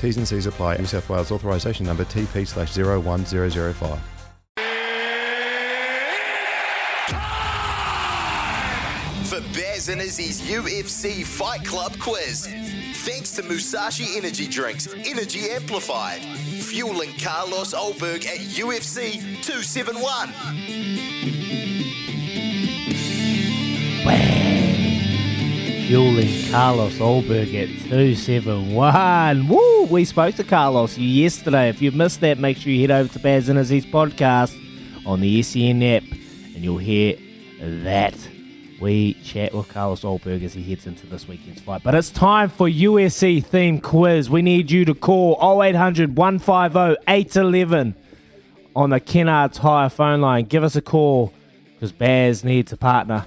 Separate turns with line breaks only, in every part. T's and C's apply. New South Wales authorisation number TP slash 01005.
for Bears and Izzy's UFC Fight Club quiz. Thanks to Musashi Energy Drinks, Energy Amplified, fueling Carlos Olberg at UFC 271.
Fueling Carlos Olberg at 271. Woo! We spoke to Carlos yesterday. If you've missed that, make sure you head over to Baz and Izzy's podcast on the SEN app and you'll hear that. We chat with Carlos Olberg as he heads into this weekend's fight. But it's time for USC theme quiz. We need you to call 0800 150 811 on the Kennard's Hire phone line. Give us a call because Baz needs a partner.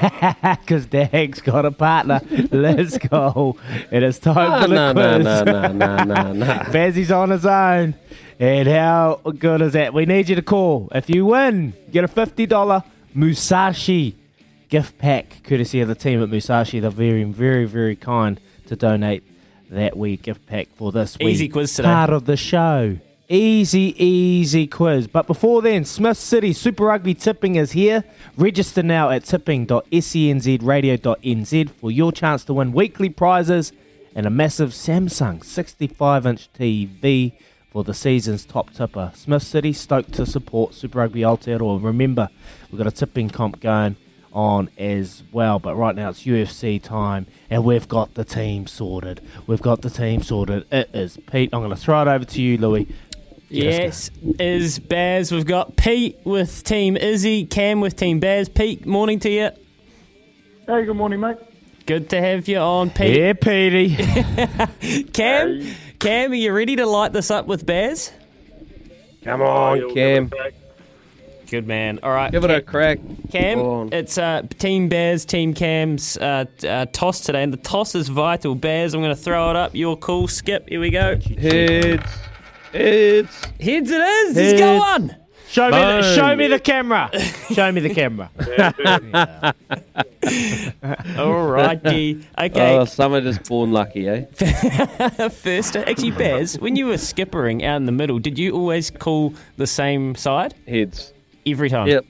Because Dag's got a partner. Let's go. It is time for the
Oh, no, no,
quiz.
no, no, no, no, no.
Bezzy's on his own. And how good is that? We need you to call. If you win, you get a $50 Musashi gift pack, courtesy of the team at Musashi. They're very, very, very kind to donate that wee gift pack for this week.
Easy quiz today.
Part of the show. Easy, easy quiz. But before then, Smith City Super Rugby Tipping is here. Register now at E tipping.senzradio.nz for your chance to win weekly prizes and a massive Samsung 65 inch TV for the season's top tipper. Smith City stoked to support Super Rugby Aotearoa. And Remember, we've got a tipping comp going on as well. But right now it's UFC time, and we've got the team sorted. We've got the team sorted. It is Pete. I'm going to throw it over to you, Louis.
Yes, is Bears. We've got Pete with Team Izzy, Cam with Team Bears. Pete, morning to you.
Hey, good morning, mate.
Good to have you on, Pete.
Yeah, Petey.
Cam, Cam, are you ready to light this up with Bears?
Come on, Cam.
Good man. All right,
Give it a crack.
Cam.
Come on.
It's uh, Team Bears, Team Cam's uh, t- uh, toss today, and the toss is vital. Bears, I'm going to throw it up. Your call, Skip. Here we go.
Heads. Heads.
Heads it is. He's
Heads.
going.
Show me, the,
Boom.
show me the camera. Show me the camera.
All righty. Okay.
Oh, some are just born lucky, eh?
First, uh, actually, Bears, when you were skippering out in the middle, did you always call the same side
Heads.
every time?
Yep.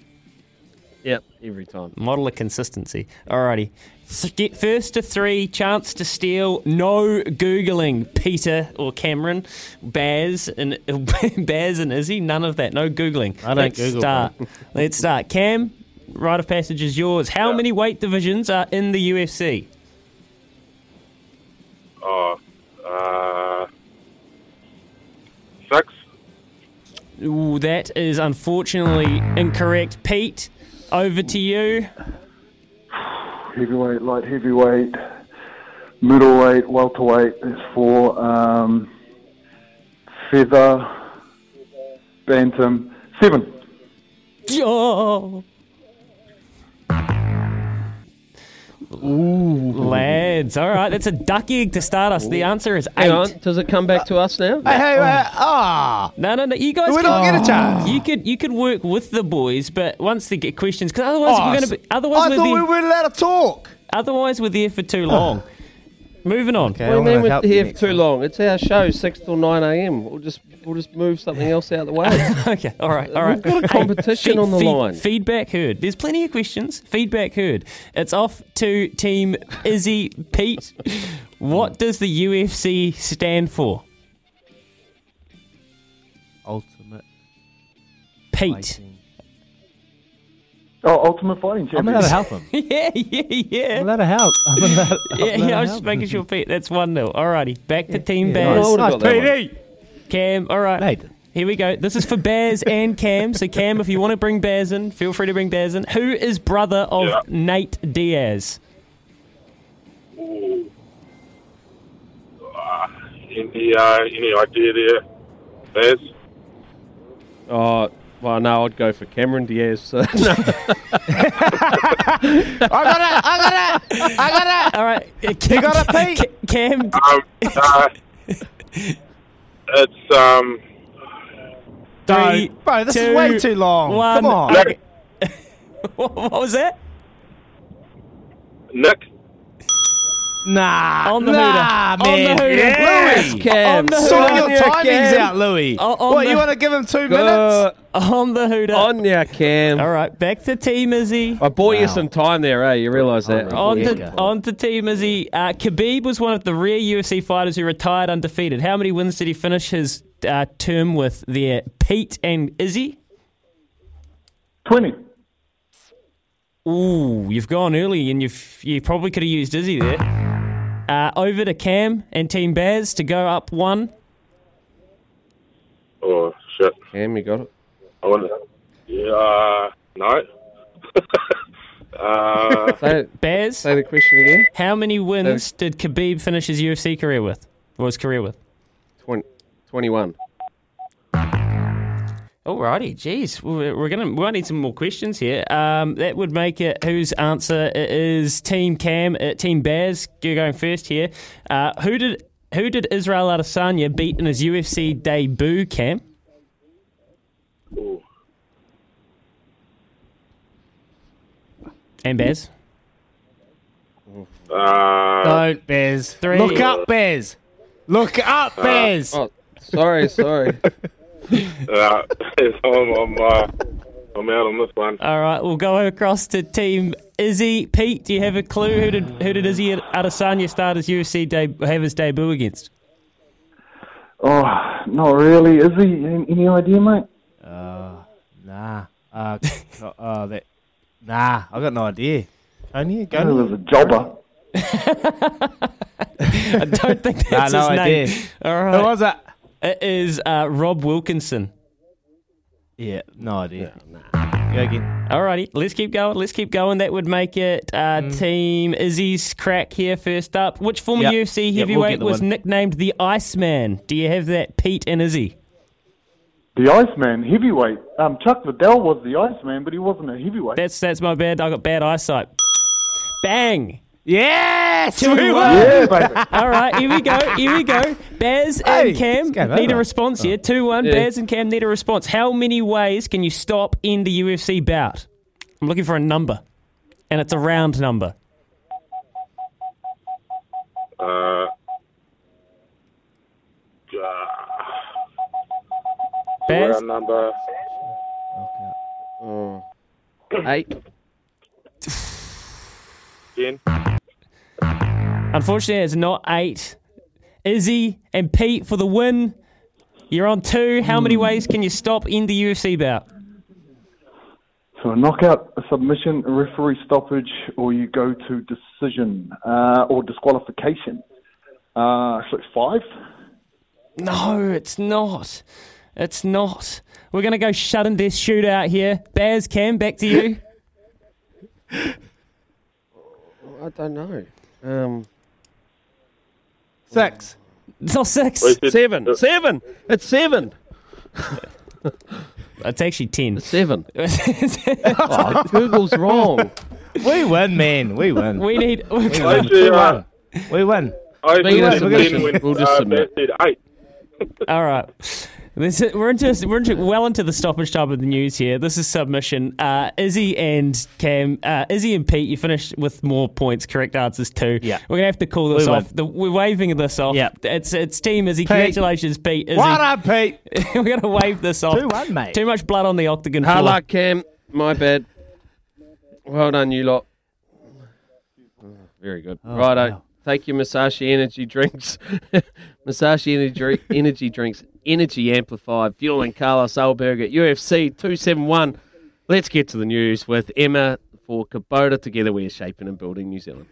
Yep. Every time.
Model of consistency. Alrighty. S- Get first to three, chance to steal, no Googling, Peter or Cameron, Baz and Baz and Izzy, none of that, no Googling.
I don't
Let's
Google,
start. Let's start. Cam, rite of passage is yours. How many weight divisions are in the UFC?
Oh, uh, six.
Ooh, that is unfortunately incorrect. Pete, over to you.
Heavyweight, light heavyweight, middleweight, welterweight. There's four. Um, feather, bantam, seven.
Oh. Lads, all right, that's a duck egg to start us. The answer is eight.
Hang on. Does it come back to us now?
hey, hey, uh, ah.
No, no, no. You guys,
We don't
can-
get a chance.
You could, you could work with the boys, but once they get questions, because otherwise
Oh,
we're going to be, otherwise
I
we're
thought
there,
we were allowed to talk.
otherwise we're there for too long. Moving on.
What do you mean we're here for too long? It's our show, six till nine a.m. We'll just we'll just move something else out of the way.
Okay, all right, all right.
We've got a
Hey,
competition
feed-
on the
feed-
line.
Feedback heard. There's plenty of questions. Feedback heard. It's off to Team Izzy Pete. What does the UFC stand for?
Ultimate
Pete.
Oh, Ultimate Fighting
I'm
Champion.
allowed to help him.
Yeah, yeah, yeah.
I'm allowed to help. I'm allowed, I'm
Yeah,
allowed to
yeah, I was
help
just
him.
making sure, Pete. That's 1 0. Alrighty, back to Team
Yeah,
Bears.
I would've
Nice,
got that
PD.
Cam, alright.
Nathan.
Here we go. This is for Bears and Cam. So, Cam, if you want to bring Bears in, feel free to bring Bears in. Who is brother of
Yeah.
Nate Diaz?
Any, uh, any idea there? There's.
Oh, well, no, I'd go for Cameron Diaz. So. no.
All right. uh, Cam, you
got it,
Pete? Cam,
Um, uh, it's um.
three,
Don't. Bro, this
two,
is way too long.
one.
Come on.
Nick.
what was that?
Nick.
Nah.
On the
nah,
hooter. On
Man.
the hooter.
Yes,
Louis.
Cam.
On the
Sort
hooter.
On
your
ya,
timings
Cam.
out, Louis.
O- on
what,
the-
you want to give him two
Uh,
minutes?
On the hooter.
on ya, Cam.
All right. Back to Team Izzy.
I bought
Wow.
you some time there, eh? You realise that?
All
On
right.
to,
Yeah.
on to Team Izzy. Uh, Khabib was one of the rare UFC fighters who retired undefeated. How many wins did he finish his uh, term with there, Pete and Izzy?
20.
Ooh, you've gone early and you've, you probably could have used Izzy there. Uh, over to Cam and Team Baz to go up one.
Oh, shit.
Cam, you got it.
I wonder. Yeah, uh, no. uh,
Say,
Baz,
say the question again.
how many wins did Khabib finish his UFC career with? Or his career with?
20, 21.
Alrighty, geez, we're, we're gonna we might need some more questions here. Um, that would make it whose answer it is Team Cam, uh, Team Baz. You're going first here. Uh, who did who did Israel Adesanya beat in his UFC debut? Cam,
oh,
and Baz.
uh,
Don't, Bez.
Three.
Look up, Bez. Look up, Bez.
Oh, sorry, sorry.
uh, I'm, I'm, uh, I'm out on this one.
All right, we'll go across to Team Izzy. Pete, do you have a clue who did who did Izzy Adesanya start his UFC de- have his debut against?
Oh, not really. Is he? Any, any idea, mate?
Nah. Uh, no- uh, that, nah, I got no idea. Only
It
go.
was a jobber.
I don't think
Nah,
that's
no
his
idea.
name. All
Who
right,
was it?
it is uh, Rob Wilkinson.
Yeah, no idea. Go again.
Alrighty, let's keep going. Let's keep going. That would make it uh, Team Izzy's crack here first up. Which former
Yep.
UFC
Yep, we'll
heavyweight
get the
was
win.
nicknamed the Iceman? Do you have that, Pete and Izzy?
The Iceman, heavyweight. Um, Chuck Liddell was the Iceman, but he wasn't a heavyweight.
That's that's my bad. I got bad eyesight. Bang!
Yes!
Two
We
one.
won!
yeah, baby.
All right, here we go. Here we go. Baz
Hey,
and Cam
it's game
need a
over.
response here. Two one.
Yeah.
Baz and Cam need a response. How many ways can you stop in the UFC bout? I'm looking for a number, and it's a round number.
Uh, uh,
Baz,
round number.
Oh. Eight.
10.
Unfortunately, it's not eight. Izzy and Pete for the win. You're on two. How many ways can you stop in the UFC bout?
So a knockout, a submission, a referee stoppage, or you go to decision uh, or disqualification. Uh, so five.
No, it's not. It's not. We're going to go shut and death shootout here. Bears, Cam, back to you.
I don't know. Um,
Six.
It's not six.
seven. Seven. It's seven.
It's actually ten.
Seven. Oh, Google's wrong.
We win, man. We win.
we need.
I see, uh,
We win.
I
Make it a
see
submission.
when,
We'll just
uh,
submit.
they said eight.
All right. This is, we're into we're into, well into the stoppage time of the news here. This is submission. Uh, Izzy and Cam, uh, Izzy and Pete, you finished with more points. Correct answers too.
Yeah.
we're gonna have to call this
We
off.
won.
The, we're waving this off.
Yeah.
it's it's team Izzy. Congratulations, Pete. Izzy.
What up, Pete?
we're gonna wave this off.
2-1, mate.
Too much blood on the octagon floor.
Hello, Cam. My bad. Well done, you lot. Very good. Righto.
wow.
Take your Masashi energy drinks. Masashi energy, energy drinks Energy Amplified, fueling Carlos Alberg at UFC 271. Let's get to the news with Emma for Kubota. Together we are shaping and building New Zealand.